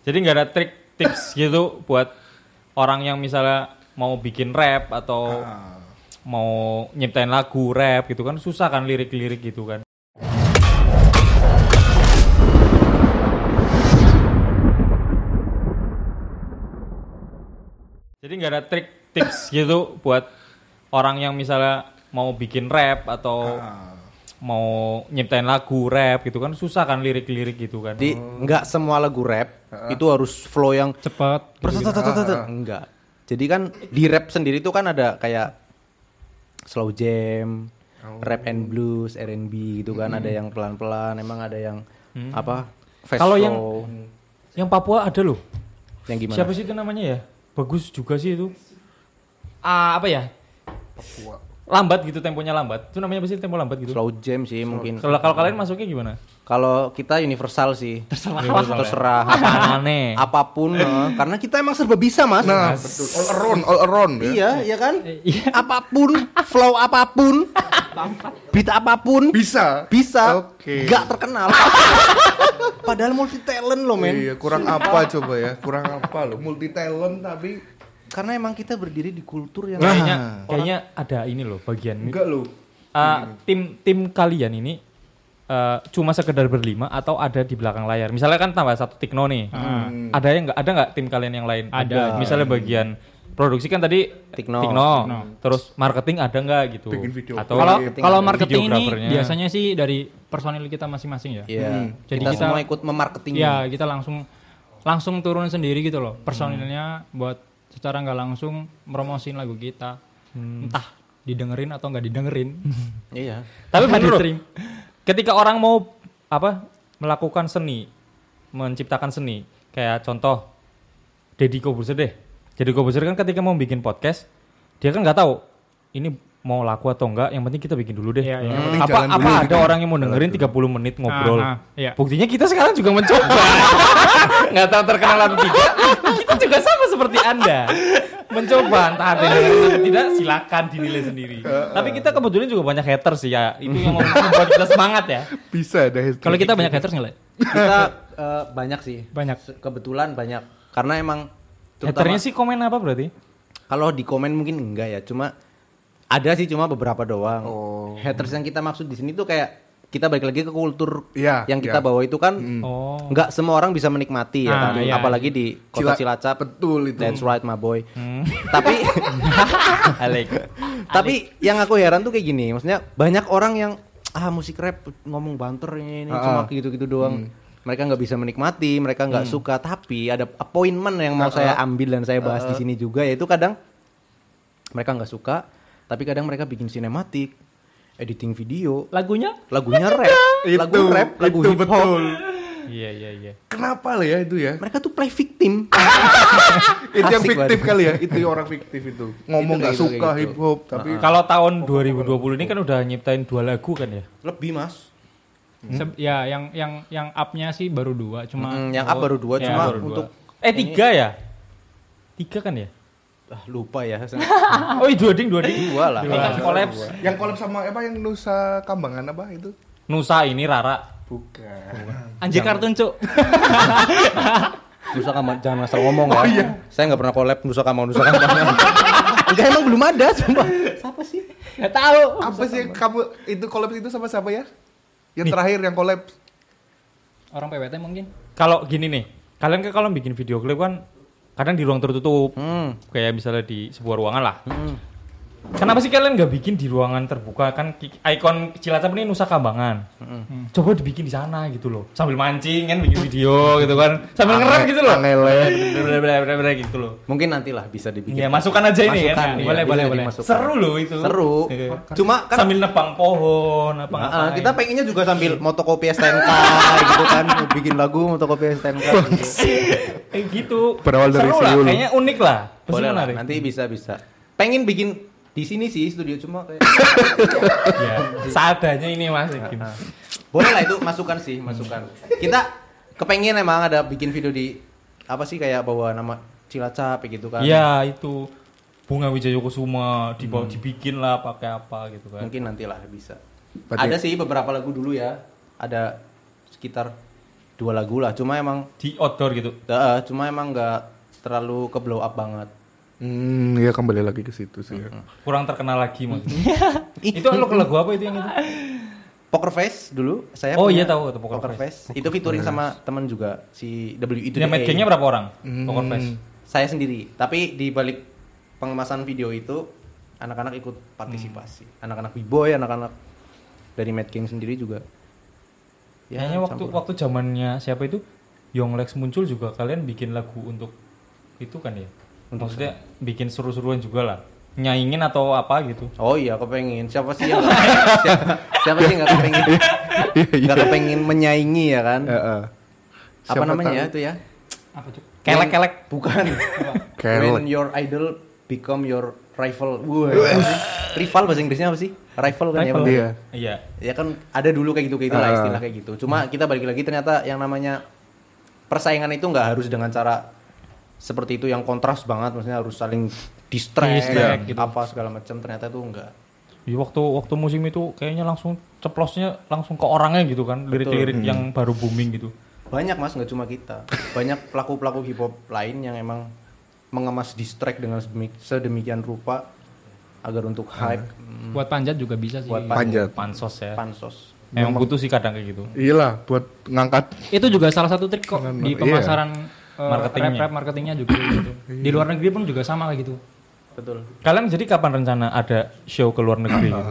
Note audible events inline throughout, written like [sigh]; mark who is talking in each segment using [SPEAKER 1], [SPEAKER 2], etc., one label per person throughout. [SPEAKER 1] Jadi nggak ada trik tips gitu buat orang yang misalnya mau bikin rap atau mau nyiptain lagu rap gitu kan susah kan lirik-lirik gitu kan. Jadi nggak ada trik tips gitu buat orang yang misalnya mau bikin rap atau mau nyiptain lagu rap gitu kan susah kan lirik-lirik gitu kan.
[SPEAKER 2] Jadi nggak semua lagu rap itu harus flow yang
[SPEAKER 3] cepat
[SPEAKER 2] Persetetetetet. Enggak. Jadi kan di rap sendiri itu kan ada kayak slow jam, rap and blues, R&B gitu kan. Ada yang pelan-pelan, emang ada yang apa? fast
[SPEAKER 1] Kalau yang-
[SPEAKER 2] flow.
[SPEAKER 1] Yang Papua ada loh.
[SPEAKER 2] yang gimana?
[SPEAKER 1] Siapa sih itu namanya ya? Bagus juga sih itu. Ah, apa ya? Lambat gitu temponya lambat. Itu namanya apa sih tempo lambat gitu?
[SPEAKER 2] Slow jam sih mungkin.
[SPEAKER 1] Kalau kalau kalian masuknya gimana?
[SPEAKER 2] Kalau kita universal sih.
[SPEAKER 1] Universal ya?
[SPEAKER 2] Terserah.
[SPEAKER 1] Apa aneh?
[SPEAKER 2] Apapun, eh, karena kita emang serba bisa, Mas.
[SPEAKER 4] Nah, betul. All around, all around. ya.
[SPEAKER 2] Iya, iya kan? Apapun, flow apapun, beat apapun,
[SPEAKER 4] Bisa.
[SPEAKER 2] bisa
[SPEAKER 4] Oke.
[SPEAKER 2] nggak
[SPEAKER 4] [laughs]
[SPEAKER 2] terkenal padahal multi talent loh men
[SPEAKER 4] Iya, kurang apa coba ya? Kurang apa loh? Multi talent tapi
[SPEAKER 2] karena emang kita berdiri di kultur yang
[SPEAKER 1] Kayaknya kayaknya ada ini loh bagian ini.
[SPEAKER 4] enggak loh.
[SPEAKER 1] Ah,
[SPEAKER 4] Hmm.
[SPEAKER 1] tim tim kalian ini eh, cuma sekedar berlima atau ada di belakang layar. Misalnya kan tambah satu Tikno nih.
[SPEAKER 4] Hmm.
[SPEAKER 1] Ada yang nggak ada nggak tim kalian yang lain?
[SPEAKER 3] Hmm. Ada.
[SPEAKER 1] Misalnya bagian produksi kan tadi
[SPEAKER 2] Tikno.
[SPEAKER 1] Terus marketing ada nggak gitu?
[SPEAKER 4] Bikin video
[SPEAKER 1] Atau
[SPEAKER 3] kalau kalau marketing ini
[SPEAKER 1] videografernya.
[SPEAKER 3] biasanya sih dari personil kita masing-masing ya
[SPEAKER 2] Iya. kita,
[SPEAKER 3] Jadi
[SPEAKER 2] Iya.
[SPEAKER 3] kita-
[SPEAKER 2] semua ikut memarketing
[SPEAKER 3] ya kita langsung langsung turun sendiri gitu loh personilnya buat secara nggak langsung promosiin lagu kita entah didengerin atau nggak didengerin
[SPEAKER 2] iya
[SPEAKER 1] Tapi
[SPEAKER 3] Nggak
[SPEAKER 1] bener loh,
[SPEAKER 3] diterima.
[SPEAKER 1] ketika orang mau apa melakukan seni, menciptakan seni, kayak contoh Deddy Kobuzer deh. Deddy Kobuzer kan ketika mau bikin podcast, dia kan nggak tahu ini mau laku atau enggak, yang penting kita bikin dulu deh.
[SPEAKER 3] Iya, iya.
[SPEAKER 4] Yang penting
[SPEAKER 1] Apa
[SPEAKER 4] jalan
[SPEAKER 1] apa
[SPEAKER 4] dulu
[SPEAKER 1] ada
[SPEAKER 4] gitu.
[SPEAKER 1] orang yang mau dengerin 30 menit ngobrol.
[SPEAKER 3] Ah, ah, iya.
[SPEAKER 1] Buktinya kita sekarang juga
[SPEAKER 2] [laughs]
[SPEAKER 1] mencoba. nggak tahu terkenal atau tidak. kita juga sama seperti Anda. Mencoba entah ada yang dengerin atau tidak silakan dinilai sendiri. Tapi kita kebetulan juga banyak haters sih ya. Itu yang membuat kita semangat ya.
[SPEAKER 4] Bisa ada hashtag.
[SPEAKER 3] kalau kita banyak haters nggak Le?
[SPEAKER 2] [laughs] kita eh, banyak sih
[SPEAKER 3] banyak
[SPEAKER 2] Se- kebetulan banyak karena emang
[SPEAKER 1] Haternya
[SPEAKER 2] terutama
[SPEAKER 1] sih komen apa berarti?
[SPEAKER 2] kalau di komen mungkin enggak ya cuma ada sih cuma beberapa doang
[SPEAKER 4] Oh.
[SPEAKER 2] haters yang kita maksud di sini tuh kayak kita balik lagi ke kultur
[SPEAKER 4] Iya,
[SPEAKER 2] yang kita
[SPEAKER 4] iya.
[SPEAKER 2] bawa itu kan
[SPEAKER 1] Oh.
[SPEAKER 2] nggak semua orang bisa menikmati ya
[SPEAKER 3] Ah,
[SPEAKER 2] kan
[SPEAKER 3] iya.
[SPEAKER 2] apalagi di kota
[SPEAKER 4] Cila-
[SPEAKER 2] Cilacap
[SPEAKER 4] betul itu.
[SPEAKER 2] that's right my boy tapi
[SPEAKER 1] Alek.
[SPEAKER 2] [laughs] Tapi yang aku heran tuh kayak gini, maksudnya banyak orang yang ah musik rap ngomong banter ini, ini cuma
[SPEAKER 4] Ah, ah.
[SPEAKER 2] gitu-gitu doang. Mereka nggak bisa menikmati, mereka nggak suka. Tapi ada appointment yang mau saya ambil dan saya bahas di sini juga, yaitu kadang mereka nggak suka, tapi kadang mereka bikin sinematik, editing video,
[SPEAKER 3] lagunya
[SPEAKER 2] lagunya rap,
[SPEAKER 4] itu,
[SPEAKER 2] lagu rap, lagu
[SPEAKER 4] itu
[SPEAKER 2] hip hop.
[SPEAKER 4] betul.
[SPEAKER 1] Iya iya iya.
[SPEAKER 4] Kenapa lah ya itu ya?
[SPEAKER 2] Mereka tuh play victim.
[SPEAKER 4] Itu yang
[SPEAKER 2] Asik
[SPEAKER 4] fiktif
[SPEAKER 2] banget.
[SPEAKER 4] kali ya. Itu orang fiktif itu. Ngomong
[SPEAKER 2] Itu
[SPEAKER 4] nggak
[SPEAKER 2] kayak gitu,
[SPEAKER 4] suka
[SPEAKER 2] kayak gitu.
[SPEAKER 4] hip hop tapi
[SPEAKER 1] Kalau tahun 2020 ini kan udah nyiptain dua lagu kan ya?
[SPEAKER 2] Lebih mas. Hmm.
[SPEAKER 3] Se- ya yang yang yang upnya sih baru dua cuma
[SPEAKER 2] Mm, yang up baru dua,
[SPEAKER 3] ya,
[SPEAKER 2] cuma
[SPEAKER 3] baru dua.
[SPEAKER 2] untuk
[SPEAKER 1] Eh tiga ya? Tiga kan ya?
[SPEAKER 2] ah, lupa ya.
[SPEAKER 1] Oh iya dua ding dua kan ding.
[SPEAKER 2] Dua lah.
[SPEAKER 1] Ingat kolaps.
[SPEAKER 4] yang kolab sama apa yang Nusa Kambangan apa itu?
[SPEAKER 1] Nusa ini Rara.
[SPEAKER 4] Bukan.
[SPEAKER 3] anjir kartun cuk [laughs]
[SPEAKER 2] Nusa Kambangan jangan asal ngomong ya. Saya nggak pernah collab Nusa Kambangan Nusa Kambangan. [laughs] Enggak emang belum ada sumpah. Siapa sih?
[SPEAKER 3] nggak tahu
[SPEAKER 4] Apa sih kamu itu kolab itu sama siapa ya? Yang terakhir yang kolab
[SPEAKER 3] orang PWT mungkin
[SPEAKER 1] Kalau gini nih, kalian kan kalau bikin video klip kan kadang di ruang tertutup,
[SPEAKER 2] Hmm.
[SPEAKER 1] kayak misalnya di sebuah ruangan lah. Kenapa sih kalian nggak bikin di ruangan terbuka kan ki- ikon Cilacap ini Nusa Kambangan.
[SPEAKER 2] Hmm.
[SPEAKER 1] Coba dibikin di sana gitu loh. Sambil mancing kan bikin video gitu kan. Sambil ngerap gitu loh.
[SPEAKER 2] ya.
[SPEAKER 1] Bener-bener gitu loh.
[SPEAKER 2] Mungkin nantilah bisa dibikin.
[SPEAKER 1] Ya masukkan aja ini
[SPEAKER 2] Masukkan,
[SPEAKER 1] kan.
[SPEAKER 2] iya,
[SPEAKER 1] boleh
[SPEAKER 2] bisa
[SPEAKER 1] boleh boleh.
[SPEAKER 2] dimasukkan.
[SPEAKER 1] Seru loh itu.
[SPEAKER 2] Seru.
[SPEAKER 1] Iya.
[SPEAKER 2] Cuma kan
[SPEAKER 1] [laughs] sambil nebang pohon apa
[SPEAKER 2] Ah,
[SPEAKER 1] ngapain.
[SPEAKER 2] kita pengennya juga sambil motokopi STNK gitu
[SPEAKER 1] [laughs]
[SPEAKER 2] kan bikin lagu motokopi STNK gitu.
[SPEAKER 1] eh gitu.
[SPEAKER 4] Berawal dari
[SPEAKER 1] Seru lah,
[SPEAKER 4] Seoul.
[SPEAKER 1] kayaknya unik lah. Pasti
[SPEAKER 2] boleh lah
[SPEAKER 1] menarik.
[SPEAKER 2] nanti bisa bisa pengen bikin di sini sih studio cuma kayak [coughs] [laughs]
[SPEAKER 1] ya, seadanya ini Mas
[SPEAKER 2] Ah,
[SPEAKER 1] Ikin.
[SPEAKER 2] boleh lah itu masukan sih masukan kita kepengen emang ada bikin video di apa sih kayak bawa nama Cilacap gitu kan
[SPEAKER 1] Ya itu bunga Wijaya Kusuma dibawa
[SPEAKER 2] Hmm.
[SPEAKER 1] dibikin lah pakai apa gitu kan.
[SPEAKER 2] Mungkin nantilah bisa.
[SPEAKER 4] Berarti-
[SPEAKER 2] Ada sih beberapa lagu dulu ya. Ada sekitar 20 dua lagu lah cuma emang
[SPEAKER 1] di outdoor gitu.
[SPEAKER 2] eh, cuma emang nggak terlalu ke blow up banget
[SPEAKER 4] Hmm, ya kembali lagi ke situ sih. ya.
[SPEAKER 1] Kurang terkenal lagi
[SPEAKER 2] Hmm.
[SPEAKER 1] maksudnya. [laughs] itu lo ke lagu apa itu yang itu?
[SPEAKER 2] Poker Face dulu saya
[SPEAKER 1] Oh, iya
[SPEAKER 2] punya
[SPEAKER 1] tahu tuh Poker
[SPEAKER 2] Face. itu featuring sama teman juga si W itu Hmm.
[SPEAKER 1] Yang mad gangnya berapa orang? Poker Face.
[SPEAKER 2] saya sendiri tapi di balik pengemasan video itu anak-anak ikut partisipasi
[SPEAKER 1] Hmm.
[SPEAKER 2] anak-anak b-boy anak-anak dari Mad King sendiri juga Ya,
[SPEAKER 1] Kayaknya waktu
[SPEAKER 2] campur.
[SPEAKER 1] waktu zamannya siapa itu Young Lex muncul juga kalian bikin lagu untuk itu kan ya. Maksudnya bikin seru-seruan juga lah. Nyaingin atau apa gitu.
[SPEAKER 2] oh iya kepengen siapa sih yang siapa, siapa sih nggak kepengen nggak kepengen menyaingi ya kan
[SPEAKER 4] Iya, Eh, eh.
[SPEAKER 2] apa
[SPEAKER 4] Siapa
[SPEAKER 2] namanya
[SPEAKER 4] tahu?
[SPEAKER 2] ya itu ya
[SPEAKER 3] Apa cuk?
[SPEAKER 1] Kelek-kelek.
[SPEAKER 2] bukan
[SPEAKER 4] Kelek.
[SPEAKER 2] when your idol become your rival Wah, rival bahasa Inggrisnya apa sih rival kan ya
[SPEAKER 1] Rival.
[SPEAKER 2] bener?
[SPEAKER 4] Iya.
[SPEAKER 1] Iya.
[SPEAKER 2] ya kan ada dulu kayak gitu kayak gitu lah
[SPEAKER 4] Ah.
[SPEAKER 2] istilah kayak gitu cuma kita balik lagi ternyata yang namanya persaingan itu nggak harus dengan cara seperti itu yang kontras banget maksudnya harus saling distract,
[SPEAKER 1] Distract,
[SPEAKER 2] ya,
[SPEAKER 1] gitu.
[SPEAKER 2] apa segala macam ternyata itu enggak
[SPEAKER 1] Di Iya, waktu waktu musim itu kayaknya langsung ceplosnya langsung ke orangnya gitu kan lirik-lirik yang baru booming gitu.
[SPEAKER 2] banyak mas nggak cuma kita banyak pelaku pelaku hip hop lain yang emang mengemas distract dengan sedemik- sedemikian rupa agar untuk hype
[SPEAKER 4] Hmm.
[SPEAKER 3] Buat panjat juga bisa sih.
[SPEAKER 2] Hmm. Buat
[SPEAKER 4] Panjat.
[SPEAKER 1] Pansos ya.
[SPEAKER 2] pansos [laughs]
[SPEAKER 1] Emang butuh sih kadang kayak gitu.
[SPEAKER 4] Iyalah buat ngangkat
[SPEAKER 3] itu juga salah satu trik kok
[SPEAKER 4] Benar,
[SPEAKER 3] di
[SPEAKER 4] iya.
[SPEAKER 3] pemasaran eh,
[SPEAKER 1] Marketingnya.
[SPEAKER 3] rap-rap marketingnya juga gitu. Di luar negeri pun juga sama kayak
[SPEAKER 4] [laughs]
[SPEAKER 3] gitu.
[SPEAKER 2] betul
[SPEAKER 1] Kalian jadi kapan rencana ada show ke luar negeri gitu?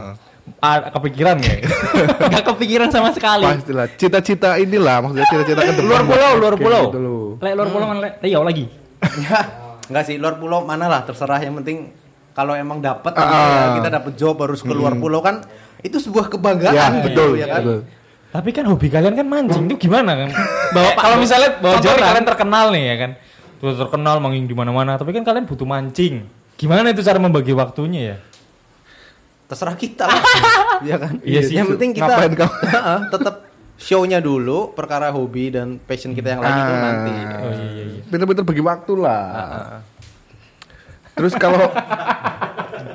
[SPEAKER 1] Ah, kepikiran ya? [laughs]
[SPEAKER 3] Gak kepikiran sama sekali.
[SPEAKER 4] pastilah cita-cita inilah maksudnya cita-cita ke depan
[SPEAKER 1] Luar pulau, luar
[SPEAKER 4] Kayak
[SPEAKER 1] pulau.
[SPEAKER 4] gitu loh.
[SPEAKER 3] Lek luar pulau kan lek Riau lagi.
[SPEAKER 2] ya nggak sih luar pulau mana lah terserah yang penting kalau emang dapat
[SPEAKER 4] Ah. Hmm.
[SPEAKER 2] kita dapat job harus keluar pulau kan itu sebuah kebanggaan
[SPEAKER 4] Ya,
[SPEAKER 2] gitu
[SPEAKER 4] betul,
[SPEAKER 2] ya kan
[SPEAKER 4] betul.
[SPEAKER 1] Tapi kan hobi kalian kan mancing itu [laughs] gimana kan? Bawa kalau misalnya bawa jauh nih, kalian terkenal nih ya kan. Terus terkenal manggung di mana-mana, tapi kan kalian butuh mancing. Gimana itu cara membagi waktunya ya?
[SPEAKER 2] terserah kita
[SPEAKER 4] [laughs]
[SPEAKER 2] lah ya kan
[SPEAKER 4] Ah.
[SPEAKER 1] Iya sih,
[SPEAKER 2] yang
[SPEAKER 1] Su.
[SPEAKER 2] penting kita
[SPEAKER 4] Ngapain kamu?
[SPEAKER 2] [laughs] Heeh, tetap shownya dulu perkara hobi dan passion kita yang lain itu
[SPEAKER 4] Ah.
[SPEAKER 2] nanti
[SPEAKER 1] Oh iya iya iya.
[SPEAKER 4] Pinter-pinter bagi waktu lah. Terus [laughs] kalau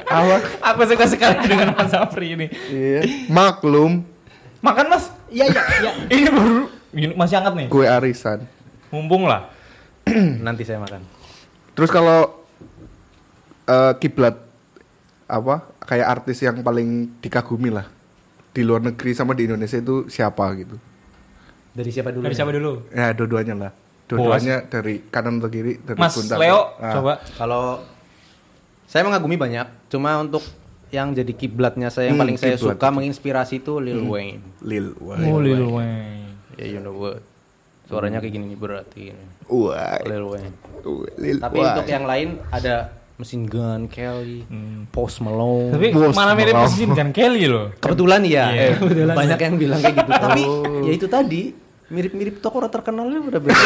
[SPEAKER 4] awak
[SPEAKER 1] Aku suka sekali dengan Mas Afri ini.
[SPEAKER 4] iya, maklum
[SPEAKER 1] Makan Mas.
[SPEAKER 3] Iya iya iya.
[SPEAKER 1] [laughs] Ini baru ini masih hangat nih.
[SPEAKER 4] gue arisan.
[SPEAKER 1] Mumpung lah.
[SPEAKER 2] nanti saya makan
[SPEAKER 4] Terus kalau eh, kiblat apa kayak artis yang paling dikagumi lah di luar negeri sama di Indonesia itu siapa gitu?
[SPEAKER 2] dari siapa dulu
[SPEAKER 3] Dari siapa dulu?
[SPEAKER 4] Ya dua-duanya lah. Dua-duanya dari kanan atau kiri dari
[SPEAKER 1] Mas
[SPEAKER 4] pundak.
[SPEAKER 1] Leo
[SPEAKER 4] Ah.
[SPEAKER 1] coba
[SPEAKER 2] kalau saya mengagumi banyak cuma untuk yang jadi kiblatnya saya yang
[SPEAKER 4] Hmm,
[SPEAKER 2] paling saya
[SPEAKER 4] kiblat.
[SPEAKER 2] suka menginspirasi itu Lil Wayne
[SPEAKER 4] Lil Wayne.
[SPEAKER 1] Oh Lil Wayne.
[SPEAKER 2] ya you know what suaranya kayak gini nih, berarti ini.
[SPEAKER 4] Wah,
[SPEAKER 2] Lil Wayne
[SPEAKER 4] Lil
[SPEAKER 2] tapi
[SPEAKER 4] Wayne.
[SPEAKER 2] untuk yang lain ada Machine Gun Kelly Post Malone
[SPEAKER 1] Tapi
[SPEAKER 4] Bos,
[SPEAKER 1] malah mirip
[SPEAKER 4] malah.
[SPEAKER 1] posisi dengan Kelly loh.
[SPEAKER 2] Kebetulan ya.
[SPEAKER 1] Iya,
[SPEAKER 2] Banyak yang bilang kayak gitu. Tapi ya itu tadi mirip-mirip toko orang terkenalnya udah beda.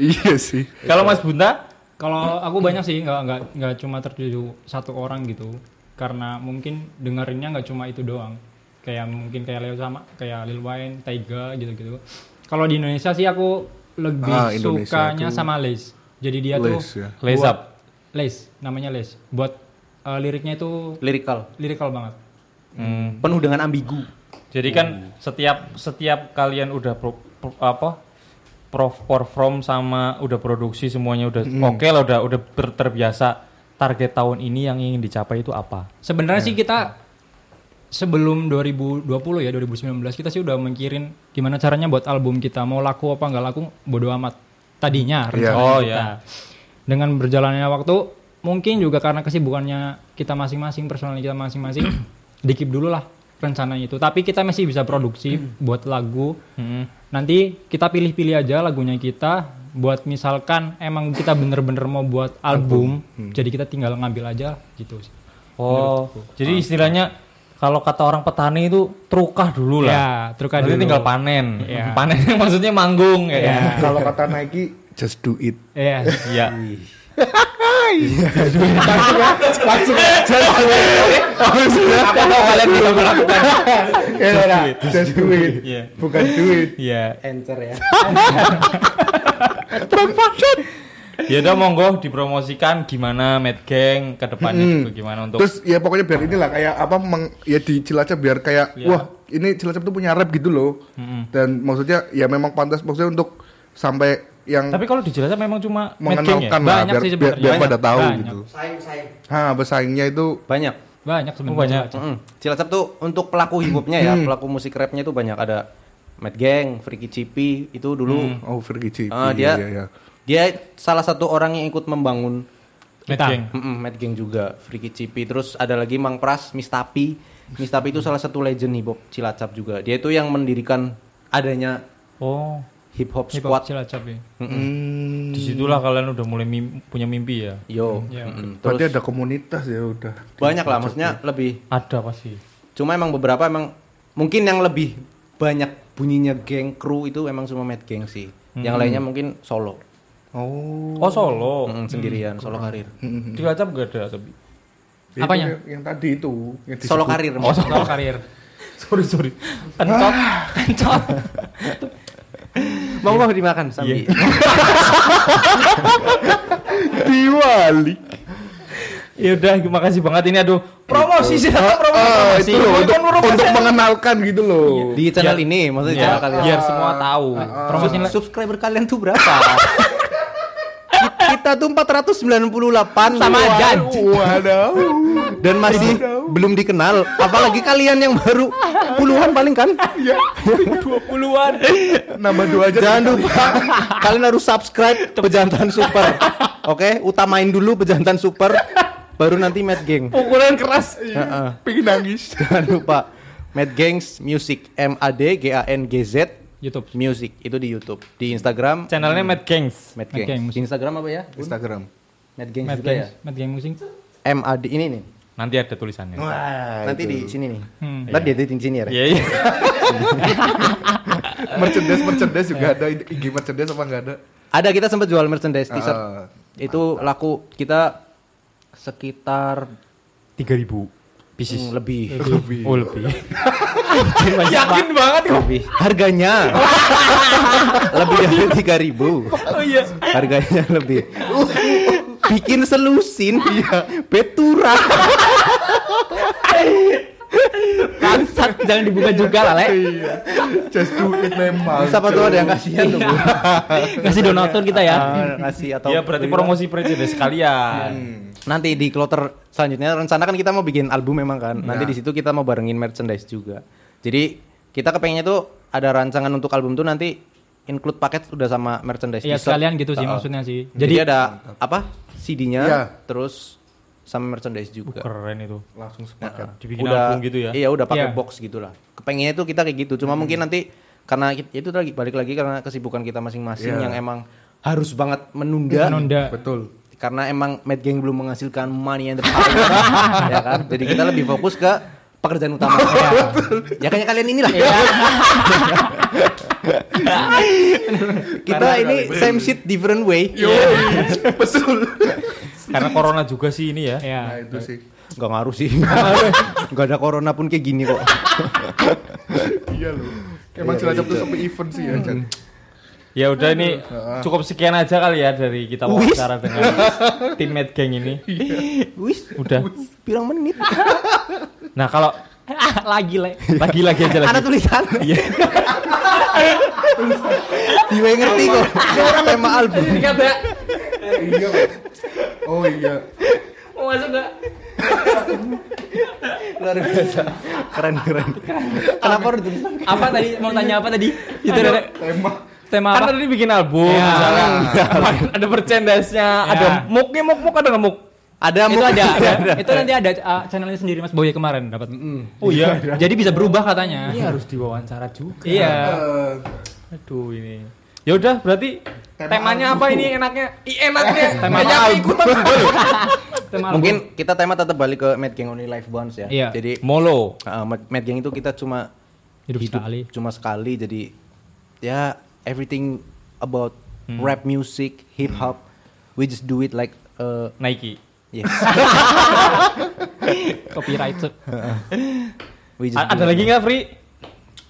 [SPEAKER 4] iya sih.
[SPEAKER 1] Kalau Mas Bunta
[SPEAKER 3] Kalau aku banyak sih nggak nggak nggak cuma tertuju satu orang gitu. Karena mungkin dengerinnya nggak cuma itu doang. Kayak mungkin kayak Leo sama kayak Lil Wayne, Taiga gitu-gitu. Kalau di Indonesia sih aku lebih
[SPEAKER 4] Ah, Indonesia
[SPEAKER 3] sukanya
[SPEAKER 4] itu-
[SPEAKER 3] sama Les. Jadi
[SPEAKER 4] Les,
[SPEAKER 3] dia tuh
[SPEAKER 4] ya.
[SPEAKER 1] Les
[SPEAKER 3] buat-
[SPEAKER 1] up.
[SPEAKER 3] Les, namanya Les. Buat eh, liriknya itu
[SPEAKER 2] Lirikal.
[SPEAKER 3] lirikal banget.
[SPEAKER 2] Penuh dengan ambigu.
[SPEAKER 1] Jadi kan setiap setiap kalian udah pro, pro- apa prof perform sama udah produksi semuanya udah oke lah udah udah ber- terbiasa target tahun ini yang ingin dicapai itu apa?
[SPEAKER 3] Sebenarnya sih kita sebelum 2020 ya 2019 kita sih udah mikirin gimana caranya buat album kita mau laku apa nggak laku bodo amat tadinya
[SPEAKER 4] Iya.
[SPEAKER 3] rencana
[SPEAKER 1] Oh,
[SPEAKER 3] kita.
[SPEAKER 1] iya.
[SPEAKER 3] Dengan berjalannya waktu mungkin juga karena kesibukannya kita masing-masing personal kita masing-masing dikip dulu lah rencananya itu. Tapi kita masih bisa produksi buat lagu. Nanti kita pilih-pilih aja lagunya kita buat misalkan emang kita bener-bener mau buat album, jadi kita tinggal ngambil aja gitu sih.
[SPEAKER 1] Oh, jadi istilahnya kalau kata orang petani itu trukah dulu
[SPEAKER 3] Ya,
[SPEAKER 1] lah.
[SPEAKER 3] truk
[SPEAKER 1] Nanti
[SPEAKER 3] dulu.
[SPEAKER 1] tinggal panen.
[SPEAKER 3] Iya.
[SPEAKER 1] [laughs] Panen maksudnya manggung ya.
[SPEAKER 3] Iya.
[SPEAKER 1] kan?
[SPEAKER 4] Kalau kata Nike, just do it.
[SPEAKER 3] Iya.
[SPEAKER 1] Iya.
[SPEAKER 4] Langsung just do it. Langsung
[SPEAKER 1] Apa tahu kalian bisa melakukan?
[SPEAKER 4] ya, ya, ya. just do it.
[SPEAKER 1] Iya.
[SPEAKER 2] ya.
[SPEAKER 4] Bukan duit.
[SPEAKER 1] Iya.
[SPEAKER 2] Enter ya.
[SPEAKER 1] ya udah monggo dipromosikan gimana Mad Gang ke depannya
[SPEAKER 4] Mm-mm.
[SPEAKER 1] juga gimana untuk
[SPEAKER 4] Terus ya pokoknya biar inilah kayak apa meng- ya di Cilacap biar kayak
[SPEAKER 1] Iya.
[SPEAKER 4] wah ini Cilacap tuh punya rap gitu loh. Dan maksudnya ya memang pantas maksudnya untuk sampai yang
[SPEAKER 1] tapi kalau di Cilacap memang cuma Mad Gang ya?
[SPEAKER 4] mengenalkan lah
[SPEAKER 3] Banyak
[SPEAKER 4] biar,
[SPEAKER 3] sih
[SPEAKER 4] biar,
[SPEAKER 3] sebenarnya.
[SPEAKER 4] biar pada
[SPEAKER 3] Banyak,
[SPEAKER 4] tahu
[SPEAKER 3] banyak.
[SPEAKER 4] gitu.
[SPEAKER 2] Saing saing.
[SPEAKER 4] Ha, pesaingnya itu
[SPEAKER 2] Banyak.
[SPEAKER 3] Banyak
[SPEAKER 1] Oh,
[SPEAKER 3] sebenarnya.
[SPEAKER 1] banyak
[SPEAKER 2] Mm-mm. Cilacap tuh untuk pelaku hip hopnya ya, pelaku musik rapnya itu banyak ada Mad Gang, Freaky Cipi itu dulu
[SPEAKER 4] oh Fergie
[SPEAKER 2] Ah, dia
[SPEAKER 4] iya,
[SPEAKER 2] dia salah satu orang yang ikut membangun
[SPEAKER 1] Mad
[SPEAKER 3] Kita.
[SPEAKER 1] Gang
[SPEAKER 2] Mm-mm, Mad Gang juga, Freaky Cipi, terus ada lagi Mang Pras, Mistapi. Mistapi itu salah satu legend hip hop Cilacap juga. Dia itu yang mendirikan adanya
[SPEAKER 1] oh
[SPEAKER 2] hip hop
[SPEAKER 3] Hip
[SPEAKER 2] squad.
[SPEAKER 3] hop Cilacap [laughs] ya.
[SPEAKER 4] Hmm,
[SPEAKER 1] disitulah kalian udah mulai mim- punya mimpi ya
[SPEAKER 2] Yo,
[SPEAKER 3] Iya.
[SPEAKER 2] mm-mm. terus
[SPEAKER 4] Berarti ada komunitas ya udah.
[SPEAKER 2] banyak lah maksudnya lebih.
[SPEAKER 1] ada pasti
[SPEAKER 2] Cuma emang beberapa emang mungkin yang lebih banyak bunyinya geng kru itu emang cuma Mad Gang sih. Yang lainnya mungkin solo.
[SPEAKER 1] Hmm.
[SPEAKER 4] Oh.
[SPEAKER 1] oh Hmm. Solo
[SPEAKER 2] Mm-mm, sendirian, solo karir.
[SPEAKER 1] Cilacap gak ada tapi
[SPEAKER 4] Ya, itu
[SPEAKER 3] Apanya?
[SPEAKER 4] Yang, yang tadi itu. Yang disebut.
[SPEAKER 2] [laughs] Solo karir.
[SPEAKER 1] oh Solo karir [laughs] sorry sorry kencot
[SPEAKER 3] [laughs]
[SPEAKER 1] kencot
[SPEAKER 2] [laughs] Mau mau dimakan sambil.
[SPEAKER 1] Iya.
[SPEAKER 4] Diwali.
[SPEAKER 1] ya udah makasih banget ini aduh promosi sih
[SPEAKER 2] Oh,
[SPEAKER 1] promosi,
[SPEAKER 4] Ah,
[SPEAKER 1] promosi.
[SPEAKER 4] itu loh
[SPEAKER 1] Ini
[SPEAKER 4] untuk,
[SPEAKER 1] kan merupakan-
[SPEAKER 4] untuk mengenalkan gitu loh.
[SPEAKER 2] [laughs] ya. Iya, Di channel ini maksudnya
[SPEAKER 1] Ya,
[SPEAKER 2] channel
[SPEAKER 4] Ah,
[SPEAKER 2] kalian.
[SPEAKER 1] biar semua tahu
[SPEAKER 3] Promosi
[SPEAKER 2] Sub- subscriber kalian tuh berapa? [laughs] Ki- Kita tuh 498 sama dan
[SPEAKER 4] Waduh.
[SPEAKER 2] dan masih belum dikenal. Apalagi kalian yang baru
[SPEAKER 1] [laughs]
[SPEAKER 2] puluhan paling kan.
[SPEAKER 1] dua puluhan
[SPEAKER 4] Nambah dua aja.
[SPEAKER 2] Jangan lupa kalian harus subscribe Pejantan Super. Oke, utamain dulu Pejantan Super baru nanti Mad Gang.
[SPEAKER 1] pukulan keras
[SPEAKER 2] Heeh.
[SPEAKER 4] Pengen nangis.
[SPEAKER 2] Jangan lupa Mad Gangs Music M A D G A N G Z
[SPEAKER 3] YouTube.
[SPEAKER 2] Music itu di YouTube, di Instagram
[SPEAKER 1] channelnya Mad Gangs
[SPEAKER 2] Mad
[SPEAKER 3] Mad Gangs.
[SPEAKER 2] Gangs. Di [laughs] Instagram apa ya?
[SPEAKER 4] Instagram.
[SPEAKER 2] Mad Gangs
[SPEAKER 3] Mad
[SPEAKER 2] juga
[SPEAKER 3] Gang,
[SPEAKER 2] ya.
[SPEAKER 3] Mad Gang Musik.
[SPEAKER 2] M A D ini nih.
[SPEAKER 1] nanti ada tulisannya
[SPEAKER 4] Oh, Wah.
[SPEAKER 2] Nanti di sini nih.
[SPEAKER 3] Hmm.
[SPEAKER 2] Ntar di editing sini ya. Re?
[SPEAKER 1] iya iya
[SPEAKER 4] merchandise merchandise juga ada IG merchandise apa nggak ada?
[SPEAKER 2] Ada kita sempat jual merchandise t-shirt.
[SPEAKER 4] Ah,
[SPEAKER 2] itu laku kita sekitar
[SPEAKER 1] tiga ribu
[SPEAKER 2] hmm,
[SPEAKER 1] pieces
[SPEAKER 2] lebih
[SPEAKER 4] Lebih.
[SPEAKER 1] oh
[SPEAKER 4] [laughs]
[SPEAKER 1] lebih yakin banget kok
[SPEAKER 2] lebih harganya [laughs] lebih dari 3000
[SPEAKER 1] oh iya
[SPEAKER 2] harganya lebih bikin selusin iya. betura
[SPEAKER 3] Bangsat, jangan dibuka juga lah, Le.
[SPEAKER 4] Iya. Just do it memang.
[SPEAKER 2] siapa tuh ada yang kasihan tuh Bu?
[SPEAKER 3] Kasih donatur Iya, kita ya.
[SPEAKER 2] Ah, ngasih atau
[SPEAKER 1] ya berarti promosi presiden sekalian
[SPEAKER 4] Hmm.
[SPEAKER 2] nanti di kloter selanjutnya rencana kan kita mau bikin album memang kan nanti
[SPEAKER 3] Iya.
[SPEAKER 2] di situ kita mau barengin merchandise juga jadi kita kepengennya tuh ada rancangan untuk album tuh nanti include paket udah sama merchandise
[SPEAKER 3] Iya
[SPEAKER 2] t-shirt.
[SPEAKER 3] sekalian gitu sih
[SPEAKER 2] Heeh.
[SPEAKER 3] maksudnya sih.
[SPEAKER 2] jadi,
[SPEAKER 3] Jadi
[SPEAKER 2] ada apa CD-nya
[SPEAKER 4] Iya.
[SPEAKER 2] terus sama merchandise juga
[SPEAKER 1] keren itu
[SPEAKER 4] Langsung sepakat.
[SPEAKER 1] dibikin album gitu ya
[SPEAKER 2] iya udah pakai
[SPEAKER 3] Iya. Hmm.
[SPEAKER 2] box gitulah kepengennya tuh kita kayak gitu cuma mungkin nanti karena it- itu lagi balik lagi karena kesibukan kita masing-masing
[SPEAKER 4] Iya.
[SPEAKER 2] yang emang harus banget menunda
[SPEAKER 3] menunda.
[SPEAKER 4] Betul.
[SPEAKER 2] karena emang Mad Gang belum menghasilkan money and the power [laughs] ya kan jadi kita lebih fokus ke pekerjaan [laughs] utama ya, ya kayak kalian inilah [laughs] kita ini same shit different way Ya.
[SPEAKER 4] Betul.
[SPEAKER 1] karena corona juga sih ini ya
[SPEAKER 4] Nah
[SPEAKER 3] Iya.
[SPEAKER 4] itu sih.
[SPEAKER 2] nggak ngaruh sih [laughs] nggak ada corona pun kayak gini kok
[SPEAKER 4] Iya loh. Emang
[SPEAKER 2] iya.
[SPEAKER 4] Cilacap tuh sampai event sih
[SPEAKER 2] Hmm.
[SPEAKER 4] ya. Jan.
[SPEAKER 1] ya udah ini
[SPEAKER 4] Ah,
[SPEAKER 1] cukup sekian aja kali ya dari kita wawancara
[SPEAKER 4] [laughs]
[SPEAKER 1] dengan teammate gang ini
[SPEAKER 2] wis
[SPEAKER 1] udah
[SPEAKER 2] bilang menit
[SPEAKER 1] nah kalau
[SPEAKER 3] Ah, Lagi, Le.
[SPEAKER 1] lagi-lagi aja
[SPEAKER 2] ada
[SPEAKER 1] lagi
[SPEAKER 2] tulisan [laughs] Dewa yang ngerti kok tema album
[SPEAKER 4] Iya. Oh iya.
[SPEAKER 2] luar biasa keren keren kenapa harus tulisan
[SPEAKER 3] Apa tadi mau tanya apa tadi? Itu ada
[SPEAKER 4] Tema.
[SPEAKER 3] tema
[SPEAKER 1] kan
[SPEAKER 3] apa?
[SPEAKER 1] tadi bikin album
[SPEAKER 3] Ya.
[SPEAKER 1] misalnya ada merchandise-nya
[SPEAKER 3] Iya.
[SPEAKER 1] ada muknya muk muk ada nggak muk
[SPEAKER 2] ada
[SPEAKER 3] Itu
[SPEAKER 2] mau-
[SPEAKER 3] ada, ada. Itu nanti ada uh, channelnya sendiri Mas Boy kemarin dapat.
[SPEAKER 1] oh iya
[SPEAKER 3] Jadi bisa berubah katanya.
[SPEAKER 1] ini harus diwawancara juga
[SPEAKER 3] Iya.
[SPEAKER 4] Eh,
[SPEAKER 1] aduh ini ya udah berarti temanya apa ini enaknya i [laughs] enaknya
[SPEAKER 3] Tema
[SPEAKER 1] kayaknya aku ikutan
[SPEAKER 3] Tema
[SPEAKER 2] Mungkin kita tema tetap balik ke Mad Gang Only Life Bonds ya.
[SPEAKER 3] Iya.
[SPEAKER 2] Jadi
[SPEAKER 1] molo
[SPEAKER 2] uh, Mad Mad Gang itu kita cuma
[SPEAKER 3] album. hidup sekali.
[SPEAKER 2] cuma sekali jadi ya everything about
[SPEAKER 1] Hmm.
[SPEAKER 2] rap music, hip hop, we just do it like uh,
[SPEAKER 1] Nike
[SPEAKER 2] yes.
[SPEAKER 3] Copyright.
[SPEAKER 2] we just
[SPEAKER 1] A- ada
[SPEAKER 2] do it. Hmm.
[SPEAKER 1] lagi nggak Fri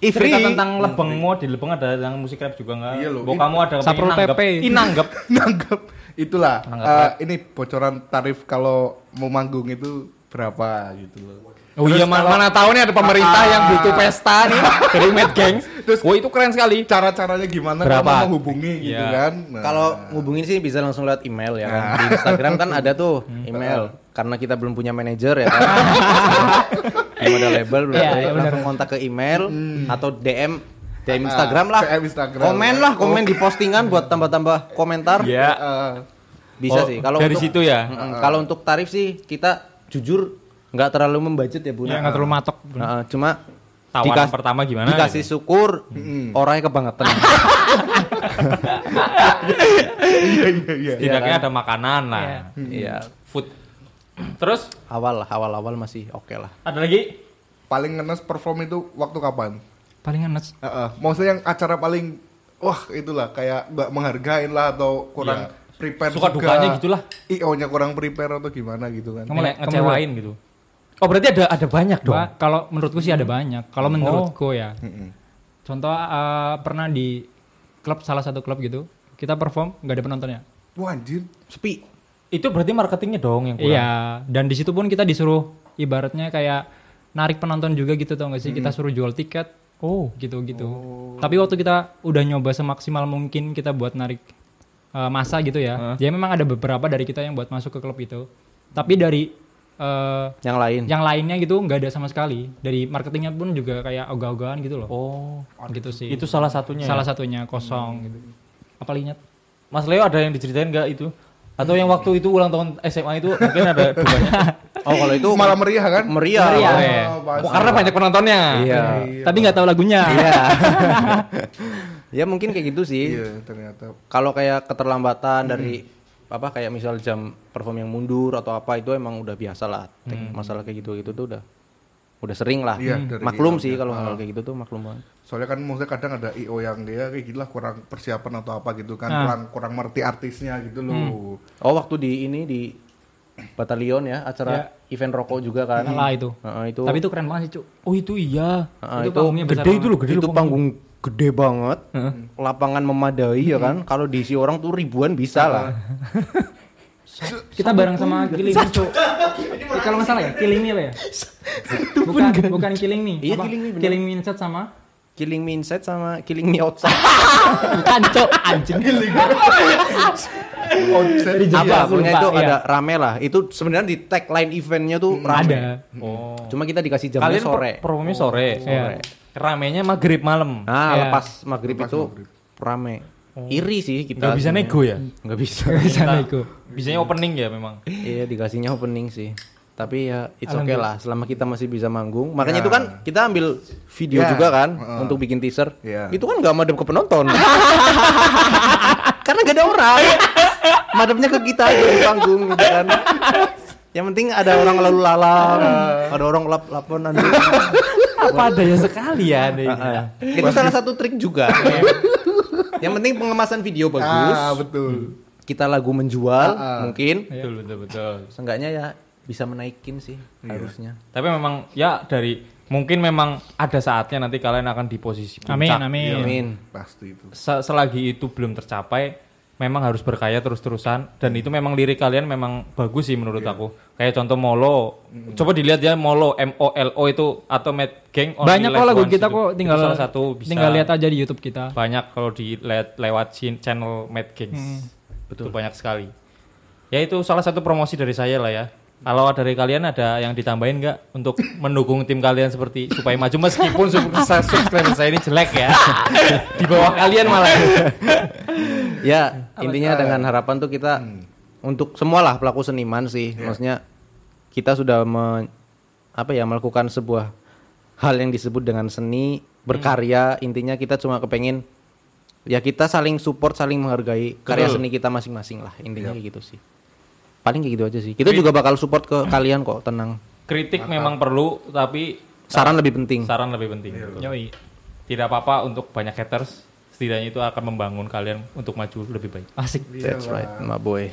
[SPEAKER 2] Ifri.
[SPEAKER 1] cerita tentang Lebeng mau di Lebeng ada yang musik rap juga enggak?
[SPEAKER 4] Iya loh,
[SPEAKER 1] Bo
[SPEAKER 4] ini-
[SPEAKER 1] kamu ada kepengen
[SPEAKER 3] Saprul
[SPEAKER 1] nanggep.
[SPEAKER 3] PP.
[SPEAKER 1] [laughs] Inanggep.
[SPEAKER 4] nanggap itulah
[SPEAKER 1] Nanggap ya.
[SPEAKER 4] eh,
[SPEAKER 1] rap.
[SPEAKER 4] ini bocoran tarif kalau mau manggung itu berapa gitu loh
[SPEAKER 1] Oh iya, mana, mana tahu nih ada pemerintah
[SPEAKER 4] Ah.
[SPEAKER 1] yang butuh pesta nih [laughs] dari Mad Gang.
[SPEAKER 4] Terus-
[SPEAKER 1] Wah, itu keren sekali.
[SPEAKER 4] cara-caranya gimana
[SPEAKER 1] Berapa?
[SPEAKER 4] kalau mau hubungi gitu
[SPEAKER 1] Iya.
[SPEAKER 4] kan Nah,
[SPEAKER 2] Kalau ngubungin sih bisa langsung lewat email ya kan. Di Instagram kan ada tuh email. Karena kita belum punya manajer ya kan. belum ada label, belum
[SPEAKER 3] Iya,
[SPEAKER 2] ada-
[SPEAKER 3] iya, benar.
[SPEAKER 2] langsung kontak ke email atau DM DM Instagram lah.
[SPEAKER 4] DM Instagram.
[SPEAKER 2] Komen lah, komen di postingan buat tambah-tambah komentar.
[SPEAKER 1] Iya.
[SPEAKER 4] eh,
[SPEAKER 1] Oh,
[SPEAKER 2] Bisa sih. Kalau
[SPEAKER 1] dari
[SPEAKER 2] untuk-
[SPEAKER 1] situ ya.
[SPEAKER 2] Mm-mm. Kalau untuk tarif sih kita jujur nggak terlalu membudget ya, Bu.
[SPEAKER 3] Ya, nggak terlalu matok.
[SPEAKER 2] Nah, cuma
[SPEAKER 1] Tawaran pertama gimana?
[SPEAKER 2] Dikasih syukur, orangnya kebangetan.
[SPEAKER 4] iya iya iya
[SPEAKER 1] Setidaknya
[SPEAKER 2] Iya kan?
[SPEAKER 1] ada makanan lah. Hmm.
[SPEAKER 3] Iya.
[SPEAKER 2] Iya.
[SPEAKER 1] Food. Terus
[SPEAKER 2] Awal lah, awal-awal masih oke lah.
[SPEAKER 1] ada lagi?
[SPEAKER 4] paling ngenes perform itu waktu kapan
[SPEAKER 3] Palingan nuts.
[SPEAKER 4] Eh, eh, maksudnya yang acara paling wah itulah kayak nggak menghargain lah atau kurang prepare
[SPEAKER 1] Iya. Suka
[SPEAKER 4] juga.
[SPEAKER 1] dukanya gitulah.
[SPEAKER 4] io nya kurang prepare atau gimana gitu kan
[SPEAKER 3] Kamu
[SPEAKER 1] Nge-
[SPEAKER 3] lihat, kamu
[SPEAKER 1] ngecewain gitu. Oh, berarti ada ada banyak dong. Hmm. Oh.
[SPEAKER 3] Ba- Kalau menurutku sih ada banyak. Kalau menurutku ya. Contoh eh, pernah di klub salah satu klub gitu, kita perform nggak ada penontonnya.
[SPEAKER 4] wah anjir
[SPEAKER 2] Sepi.
[SPEAKER 1] Itu berarti marketingnya dong yang kurang.
[SPEAKER 3] Iya, dan di situ pun kita disuruh ibaratnya kayak narik penonton juga gitu tau gak sih? Kita suruh jual tiket
[SPEAKER 1] Hmm. Oh.
[SPEAKER 3] gitu-gitu. Tapi waktu kita udah nyoba semaksimal mungkin kita buat narik eh, masa gitu ya. Ya memang ada beberapa dari kita yang buat masuk ke klub itu. Tapi dari eh,
[SPEAKER 2] Yang lain.
[SPEAKER 3] yang lainnya gitu nggak ada sama sekali. Dari marketingnya pun juga kayak ogah-ogahan gitu loh.
[SPEAKER 1] Oh.
[SPEAKER 3] gitu sih.
[SPEAKER 1] Itu salah satunya.
[SPEAKER 3] salah
[SPEAKER 1] Salah
[SPEAKER 3] satunya
[SPEAKER 1] Hmm.
[SPEAKER 3] kosong gitu. Apa lihat?
[SPEAKER 1] Mas Leo ada yang diceritain nggak itu? Atau yang waktu itu ulang tahun SMA itu mungkin ada [laughs] dukanya?
[SPEAKER 2] Oh, kalau itu
[SPEAKER 4] malah meriah kan
[SPEAKER 2] meriah.
[SPEAKER 3] Meriah. [laughs]
[SPEAKER 2] Oh,
[SPEAKER 1] Keren.
[SPEAKER 4] pasti.
[SPEAKER 1] Oh, karena banyak penontonnya.
[SPEAKER 2] Iya.
[SPEAKER 3] Tapi nggak tahu lagunya.
[SPEAKER 2] Iya. ya mungkin kayak gitu sih.
[SPEAKER 4] iya ternyata
[SPEAKER 2] Kalau kayak keterlambatan dari
[SPEAKER 4] Hmm.
[SPEAKER 2] apa kayak misal jam perform yang mundur atau apa itu emang udah biasa lah. Tek- Masalah kayak gitu-gitu tuh udah udah sering lah.
[SPEAKER 4] Hmm. Iya,
[SPEAKER 2] Hmm.
[SPEAKER 4] dari
[SPEAKER 2] maklum
[SPEAKER 4] itu,
[SPEAKER 2] sih
[SPEAKER 4] iya.
[SPEAKER 2] kalau hal kayak gitu tuh maklum banget.
[SPEAKER 4] soalnya kan maksudnya kadang ada io yang dia kayak gila kurang persiapan atau apa gitu kan
[SPEAKER 3] Ah.
[SPEAKER 4] kurang kurang ngerti artisnya gitu loh
[SPEAKER 2] Oh, waktu di ini di Batalion ya acara event rokok juga kan.
[SPEAKER 3] Nah, lah itu.
[SPEAKER 2] Heeh, itu.
[SPEAKER 3] Iya. Tapi itu keren banget sih, Cuk.
[SPEAKER 1] Oh, itu iya.
[SPEAKER 2] Heeh,
[SPEAKER 3] itu
[SPEAKER 2] itu
[SPEAKER 3] panggungnya besar
[SPEAKER 2] gede itu
[SPEAKER 3] banget.
[SPEAKER 2] loh, gede itu panggung gede banget. Lapangan memadai ya
[SPEAKER 4] Hmm.
[SPEAKER 2] kan. Kalau diisi orang tuh ribuan bisa lah.
[SPEAKER 3] Kita bareng sama Killing
[SPEAKER 1] [laughs]
[SPEAKER 3] Cuk. Eh, Kalau nggak salah ya, Killing Me apa ya? Bukan, bukan Killing Me.
[SPEAKER 2] Iya,
[SPEAKER 3] Apa?
[SPEAKER 2] Killing Me, bener.
[SPEAKER 3] Killing Me Inside sama
[SPEAKER 2] Killing me inside sama killing me outside.
[SPEAKER 3] bukan, Cuk, anjing.
[SPEAKER 4] Outset.
[SPEAKER 2] apa pokoknya
[SPEAKER 3] lupa,
[SPEAKER 2] itu
[SPEAKER 3] iya.
[SPEAKER 2] ada rame lah itu sebenarnya di tagline eventnya tuh rame Hmm.
[SPEAKER 3] Ada.
[SPEAKER 1] Oh.
[SPEAKER 2] cuma kita dikasih jamnya
[SPEAKER 1] Kalian
[SPEAKER 2] sore
[SPEAKER 1] sore. performnya sore. Iya. Ah,
[SPEAKER 3] Sore.
[SPEAKER 1] Ramenya maghrib malam.
[SPEAKER 2] nah
[SPEAKER 3] Iya.
[SPEAKER 2] lepas maghrib itu rame iri sih
[SPEAKER 1] Nggak
[SPEAKER 2] kita
[SPEAKER 1] bisa
[SPEAKER 2] sebenarnya.
[SPEAKER 1] nego ya?
[SPEAKER 2] nggak bisa
[SPEAKER 3] [laughs] Sana itu.
[SPEAKER 1] Bisanya opening ya memang.
[SPEAKER 2] iya dikasihnya opening sih tapi ya it's okay lah selama kita masih bisa manggung makanya itu kan kita ambil video
[SPEAKER 4] Ya.
[SPEAKER 2] juga kan
[SPEAKER 4] Heeh.
[SPEAKER 2] untuk bikin teaser
[SPEAKER 4] Ya.
[SPEAKER 2] itu kan nggak madep ke penonton [laughs] karena gak ada orang madepnya ke kita aja di panggung gitu kan yang penting ada orang lalu lalang ada orang lap lapon
[SPEAKER 4] [laughs]
[SPEAKER 2] nanti
[SPEAKER 1] Apa adanya sekali ya Anda ini.
[SPEAKER 2] itu salah satu trik
[SPEAKER 4] [laughs]
[SPEAKER 2] juga yang penting pengemasan video bagus
[SPEAKER 4] ah betul
[SPEAKER 2] kita lagu menjual mungkin
[SPEAKER 1] Betul betul betul.
[SPEAKER 2] Seenggaknya ya bisa menaikin sih
[SPEAKER 4] Iya.
[SPEAKER 2] harusnya.
[SPEAKER 1] Tapi memang ya dari mungkin memang ada saatnya nanti kalian akan di posisi puncak.
[SPEAKER 3] Amin, amin.
[SPEAKER 1] Iya.
[SPEAKER 2] Amin.
[SPEAKER 4] pasti itu
[SPEAKER 1] Se- selagi itu belum tercapai memang harus berkaya terus-terusan dan itu memang lirik kalian memang bagus sih menurut
[SPEAKER 3] Iya.
[SPEAKER 1] aku kayak contoh Molo coba dilihat ya Molo M O L O itu atau Mad Gang Only
[SPEAKER 3] Banyak kok
[SPEAKER 1] Live
[SPEAKER 3] lagu
[SPEAKER 1] Once
[SPEAKER 3] kita
[SPEAKER 1] itu.
[SPEAKER 3] kok
[SPEAKER 1] Itu
[SPEAKER 3] tinggal
[SPEAKER 1] salah satu bisa
[SPEAKER 3] tinggal lihat aja di YouTube kita.
[SPEAKER 1] banyak kalau dilihat lewat sin- channel Mad Gangs betul banyak sekali ya itu salah satu promosi dari saya lah ya kalau dari kalian ada yang ditambahin nggak untuk mendukung tim kalian seperti supaya maju meskipun sub- sa- subscriber saya ini jelek ya di bawah kalian malah
[SPEAKER 2] Ya, intinya dengan harapan tuh kita untuk semualah pelaku seniman sih. Maksudnya kita sudah me- apa ya melakukan sebuah hal yang disebut dengan seni berkarya. Intinya kita cuma kepengen ya kita saling support, saling menghargai karya seni kita masing-masing lah. Intinya kayak gitu sih. Paling kayak gitu aja sih. Kita juga bakal support ke kalian kok, tenang.
[SPEAKER 1] kritik memang perlu tapi
[SPEAKER 2] Saran lebih penting.
[SPEAKER 1] saran lebih penting
[SPEAKER 3] Yoi.
[SPEAKER 1] tidak apa-apa untuk banyak haters setidaknya itu akan membangun kalian untuk maju lebih baik
[SPEAKER 3] Asik.
[SPEAKER 2] That's right, my boy.